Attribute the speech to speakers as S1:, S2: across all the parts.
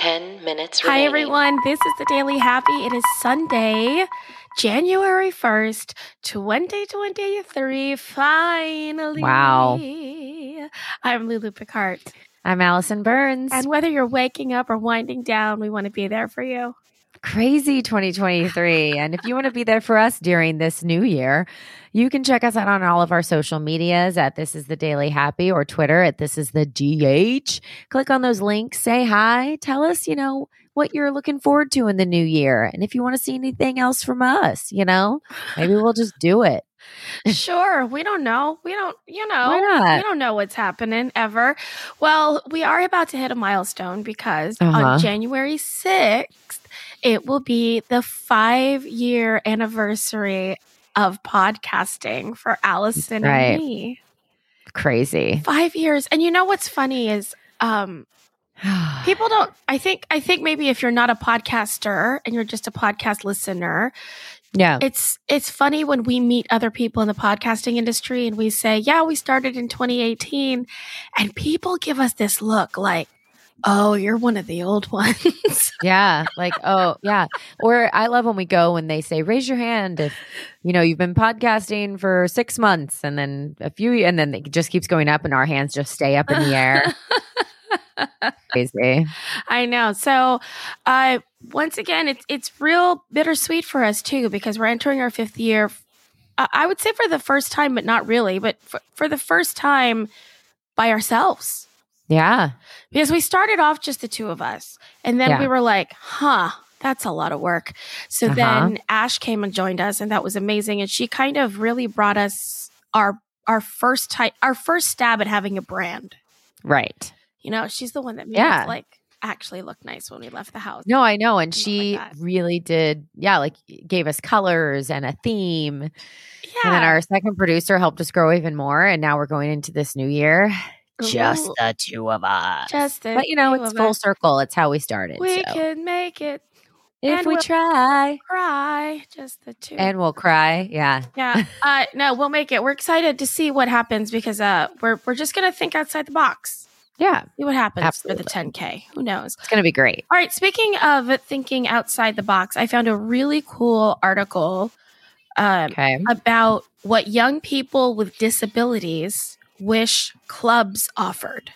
S1: 10 minutes
S2: Hi,
S1: remaining.
S2: everyone. This is the Daily Happy. It is Sunday, January 1st, 2023. Finally.
S3: Wow.
S2: I'm Lulu Picard.
S3: I'm Allison Burns.
S2: And whether you're waking up or winding down, we want to be there for you.
S3: crazy 2023. and if you want to be there for us during this new year, you can check us out on all of our social medias at This is the Daily Happy or Twitter at This is the DH. Click on those links, say hi, tell us, you know, what you're looking forward to in the new year. And if you want to see anything else from us, you know, maybe we'll just do it.
S2: sure. We don't know. We don't, you know.
S3: Why
S2: We
S3: not?
S2: don't know what's happening ever. Well, we are about to hit a milestone because
S3: Uh-huh.
S2: on January 6th, it will be the five year anniversary of podcasting for Allison
S3: Right.
S2: and me.
S3: Crazy.
S2: Five years. And you know what's funny is um, people don't i think i think maybe if you're not a podcaster and you're just a podcast listener
S3: yeah.
S2: it's it's funny when we meet other people in the podcasting industry and we say, "Yeah, we started in 2018," and people give us this look like, "Oh, you're one of the old ones."
S3: yeah like oh yeah or i love when we go when they say raise your hand if you know you've been podcasting for six months and then a few and then it just keeps going up and our hands just stay up in the air crazy
S2: I know. So, uh, once again, it's it's real bittersweet for us too because we're entering our fifth year. Uh, I would say for the first time, but not really, but for, for the first time by ourselves.
S3: yeah
S2: because we started off just the two of us and then
S3: Yeah.
S2: we were like huh that's a lot of work so
S3: Uh-huh.
S2: then ash came and joined us and that was amazing and she kind of really brought us our our first type our first stab at having a brand
S3: right
S2: you know she's the one that made
S3: Yeah.
S2: us like actually look nice when we left the house
S3: no i know and
S2: Something
S3: she
S2: like that.
S3: really did yeah like gave us colors and a theme and then
S2: yeah
S3: our second producer helped us grow even more and now we're going into this new year just
S2: Ooh,
S3: the two of us
S2: just the
S3: but you know
S2: two
S3: it's
S2: of
S3: full
S2: us.
S3: circle it's how we started
S2: we
S3: so.
S2: can make it
S3: if
S2: and
S3: we
S2: we'll-
S3: try
S2: cry just the two
S3: and we'll cry yeah
S2: Yeah. Uh, no, we'll make it. We're excited to see what happens because uh, we're we're just gonna think outside the box.
S3: yeah
S2: See what happens for
S3: Absolutely.
S2: the 10k. Who knows?
S3: it's gonna be great
S2: All right. Speaking of thinking outside the box, I found a really cool article um,
S3: okay
S2: about what young people with disabilities wish clubs offered.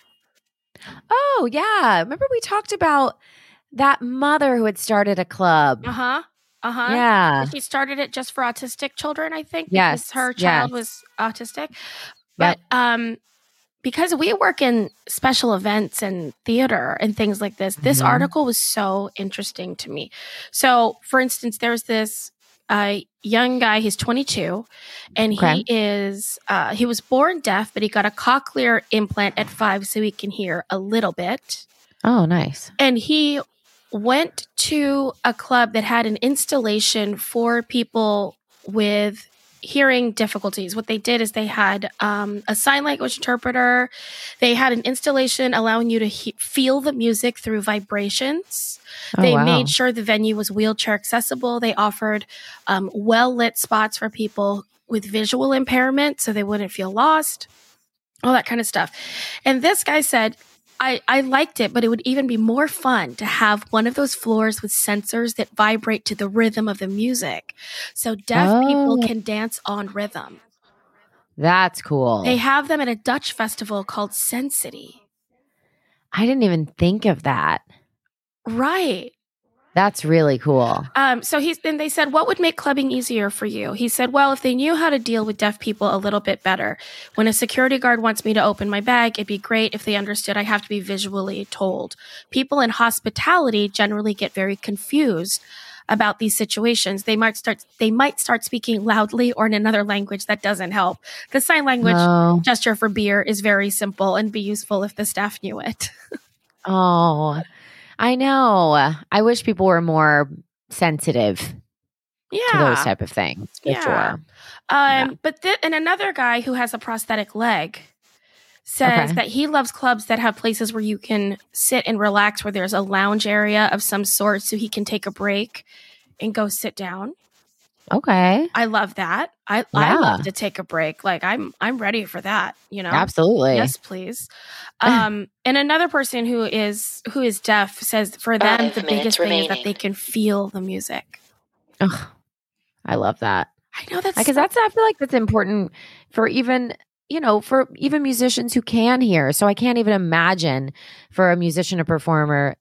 S3: oh yeah remember we talked about that mother who had started a club
S2: Uh huh. Uh huh.
S3: yeah
S2: She started it just for autistic children, I think.
S3: Yes,
S2: Because her child
S3: yes.
S2: was autistic. But um because we work in special events and theater and things like this, this
S3: Mhm.
S2: article was so interesting to me. So, for instance, there's this uh, young guy. He's 22, and he
S3: Okay.
S2: is uh, he was born deaf, but he got a cochlear implant at five, so he can hear a little bit
S3: oh nice
S2: and he went to a club that had an installation for people with hearing difficulties what they did is they had um, a sign language interpreter they had an installation allowing you to he- feel the music through vibrations
S3: oh,
S2: they
S3: wow.
S2: made sure the venue was wheelchair accessible they offered um, well-lit spots for people with visual impairment so they wouldn't feel lost all that kind of stuff and this guy said I, I liked it, but it would even be more fun to have one of those floors with sensors that vibrate to the rhythm of the music. So deaf people
S3: Oh.
S2: can dance on rhythm.
S3: that's cool
S2: They have them at a Dutch festival called Sensity.
S3: i didn't even think of that
S2: Right.
S3: that's really cool
S2: Um, so he's then they said, What would make clubbing easier for you? He said, Well, if they knew how to deal with deaf people a little bit better. When a security guard wants me to open my bag, it'd be great if they understood I have to be visually told. People in hospitality generally get very confused about these situations. They might start they might start speaking loudly or in another language that doesn't help. The sign language
S3: oh,
S2: gesture for beer is very simple and be useful if the staff knew it.
S3: oh i know i wish people were more sensitive
S2: Yeah.
S3: to those type of things for
S2: Yeah.
S3: sure
S2: Um, but th- and another guy who has a prosthetic leg says
S3: Okay.
S2: that he loves clubs that have places where you can sit and relax, where there's a lounge area of some sort, so he can take a break and go sit down.
S3: Okay.
S2: I love that. I I
S3: Yeah.
S2: love to take a break. Like I'm I'm ready for that, you know.
S3: Absolutely.
S2: Yes, please. Um, and another person who is who is deaf says for them
S1: Five
S2: the
S1: minutes
S2: biggest thing is that
S1: remaining.
S2: they can feel the music.
S3: Ugh, I love that.
S2: I know that's
S3: because that's I feel like that's important for even you know for even musicians who can hear. So I can't even imagine for a musician a performer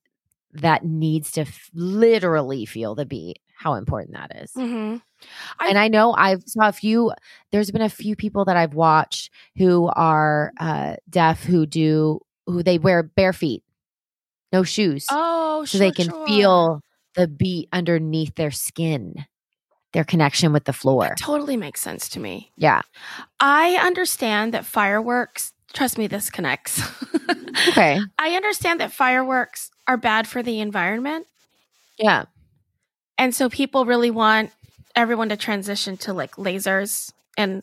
S3: that needs to f- literally feel the beat how important that is.
S2: Mhm. I-
S3: and I know I've saw a few. There's been a few people that I've watched who are uh, deaf who do who they wear bare feet, no shoes,
S2: Oh,
S3: so
S2: sure,
S3: they can
S2: sure.
S3: feel the beat underneath their skin, their connection with the floor.
S2: That totally makes sense to me.
S3: Yeah.
S2: I understand that fireworks. Trust me, this connects.
S3: Okay.
S2: I understand that fireworks are bad for the environment,
S3: Yeah.
S2: and so people really want everyone to transition to like lasers and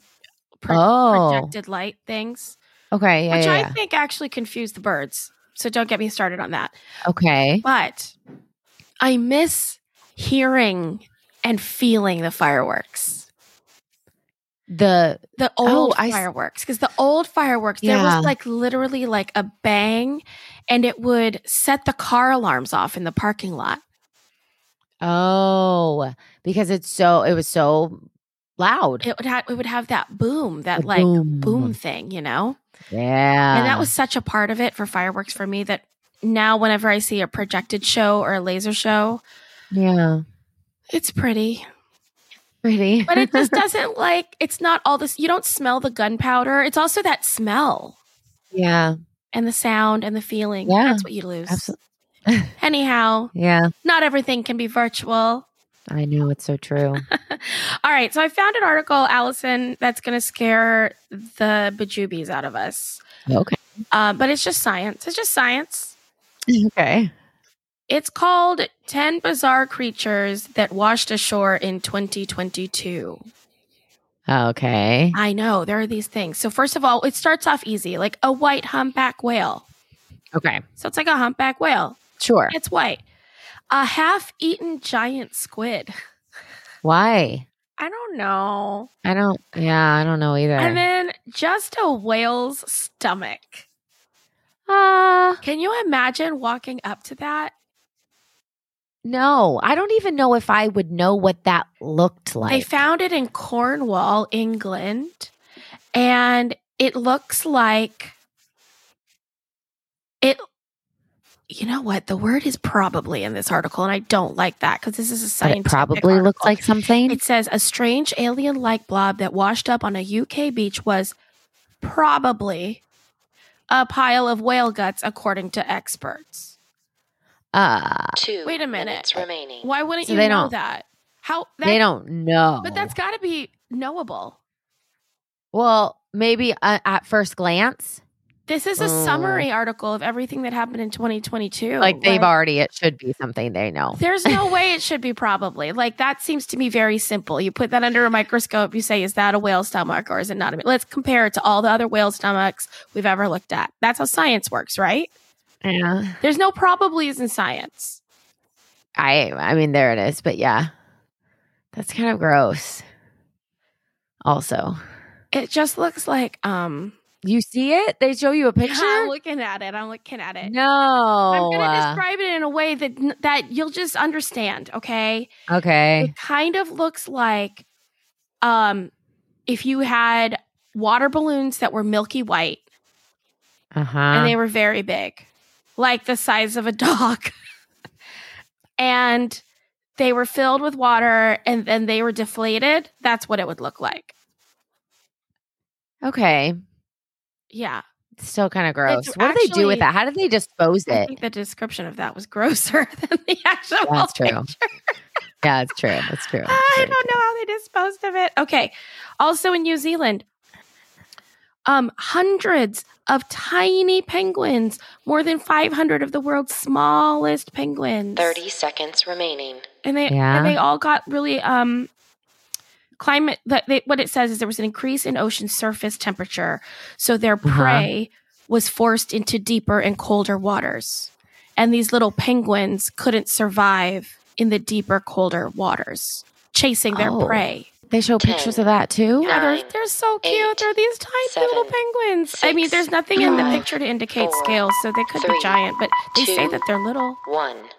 S2: pro-
S3: oh.
S2: projected light things.
S3: Okay. Yeah.
S2: which
S3: yeah,
S2: I
S3: yeah.
S2: think actually confused the birds. So don't get me started on that.
S3: okay.
S2: But I miss hearing and feeling the fireworks.
S3: The
S2: The
S3: Oh,
S2: old
S3: I s-
S2: fireworks, because the old fireworks, there
S3: Yeah.
S2: was like literally like a bang, and it would set the car alarms off in the parking lot.
S3: oh because it's so it was so loud.
S2: It would have it would have that boom, that
S3: The
S2: like boom.
S3: boom.
S2: thing, you know.
S3: Yeah.
S2: and that was such a part of it for fireworks for me that now whenever I see a projected show or a laser show,
S3: yeah
S2: it's pretty.
S3: pretty.
S2: but it just doesn't like it's not all this you don't smell the gunpowder it's also that smell
S3: yeah.
S2: and the sound and the feeling
S3: Yeah.
S2: that's what you lose
S3: Absolutely.
S2: anyhow
S3: Yeah.
S2: not everything can be virtual
S3: I know it's so true.
S2: all right so i found an article allison that's going to scare the bejubies out of us
S3: okay.
S2: uh, but it's just science it's just science
S3: Okay.
S2: it's called 10 bizarre creatures that washed ashore in 2022
S3: Okay.
S2: i know there are these things so first of all it starts off easy like a white humpback whale
S3: Okay.
S2: So it's like a humpback whale.
S3: Sure.
S2: It's white. A half eaten giant squid.
S3: Why?
S2: I don't know.
S3: I don't. Yeah, I don't know either.
S2: And then just a whale's stomach.
S3: uh,
S2: Can you imagine walking up to that?
S3: no, I don't even know if I would know what that looked like.
S2: They found it in Cornwall, England. And it looks like it. You know what? The word is probably in this article, and I don't like that because this is a
S3: but
S2: scientific.
S3: it probably looked
S2: article.
S3: like something.
S2: It says a strange alien like blob that washed up on a UK beach was probably a pile of whale guts, according to experts.
S3: uh,
S1: Two
S2: Wait a minute.
S1: minutes remaining.
S2: Why wouldn't
S3: So
S2: you
S3: they
S2: know
S3: don't-
S2: that? How that,
S3: they don't know.
S2: but that's got to be knowable.
S3: well, maybe uh, at first glance,
S2: This is a
S3: Mm.
S2: summary article of everything that happened in 2022.
S3: like they've already, it should be something they know.
S2: There's no way it should be probably. Like that seems to me very simple. You put that under a microscope, you say, is that a whale stomach or is it not? A, let's compare it to all the other whale stomachs we've ever looked at. That's how science works, right?
S3: Yeah.
S2: There's no probablys in science.
S3: I, I mean, there it is. But yeah, that's kind of gross. Also,
S2: It just looks like um
S3: you see it? They show you a picture?
S2: I'm looking at it. I'm looking at it.
S3: no.
S2: I'm gonna describe it in a way that that you'll just understand, okay?
S3: okay.
S2: It kind of looks like um if you had water balloons that were milky white
S3: Uh
S2: and
S3: huh.
S2: they were very big, like the size of a dog. and they were filled with water and then they were deflated. That's what it would look like.
S3: Okay.
S2: Yeah.
S3: It's still kind of gross.
S2: It's
S3: What do they do
S2: actually-
S3: with that? How did they dispose
S2: I
S3: it?
S2: think the description of that was grosser than the actual.
S3: That's true.
S2: picture.
S3: Yeah, it's true. That's true.
S2: Ah, I
S3: It's true.
S2: don't know how they disposed of it. Okay. Also in New Zealand, um, hundreds of tiny penguins, more than 500 of the world's smallest penguins.
S1: 30 seconds remaining.
S2: and they
S3: Yeah.
S2: and they all got really um climate that they, what it says is there was an increase in ocean surface temperature so their
S3: Uh-huh.
S2: prey was forced into deeper and colder waters and these little penguins couldn't survive in the deeper colder waters chasing their
S3: Oh.
S2: prey.
S3: They show
S1: Ten.
S3: pictures of that too.
S2: Yeah, they're,
S1: Nine,
S2: they're so cute.
S1: eight,
S2: they're these tiny little
S1: seven,
S2: penguins. I mean,
S1: six,
S2: there's nothing in the
S1: five,
S2: picture to indicate
S1: four,
S2: scales, so they could
S1: three,
S2: be giant, but they say
S1: two,
S2: that they're little.
S1: One.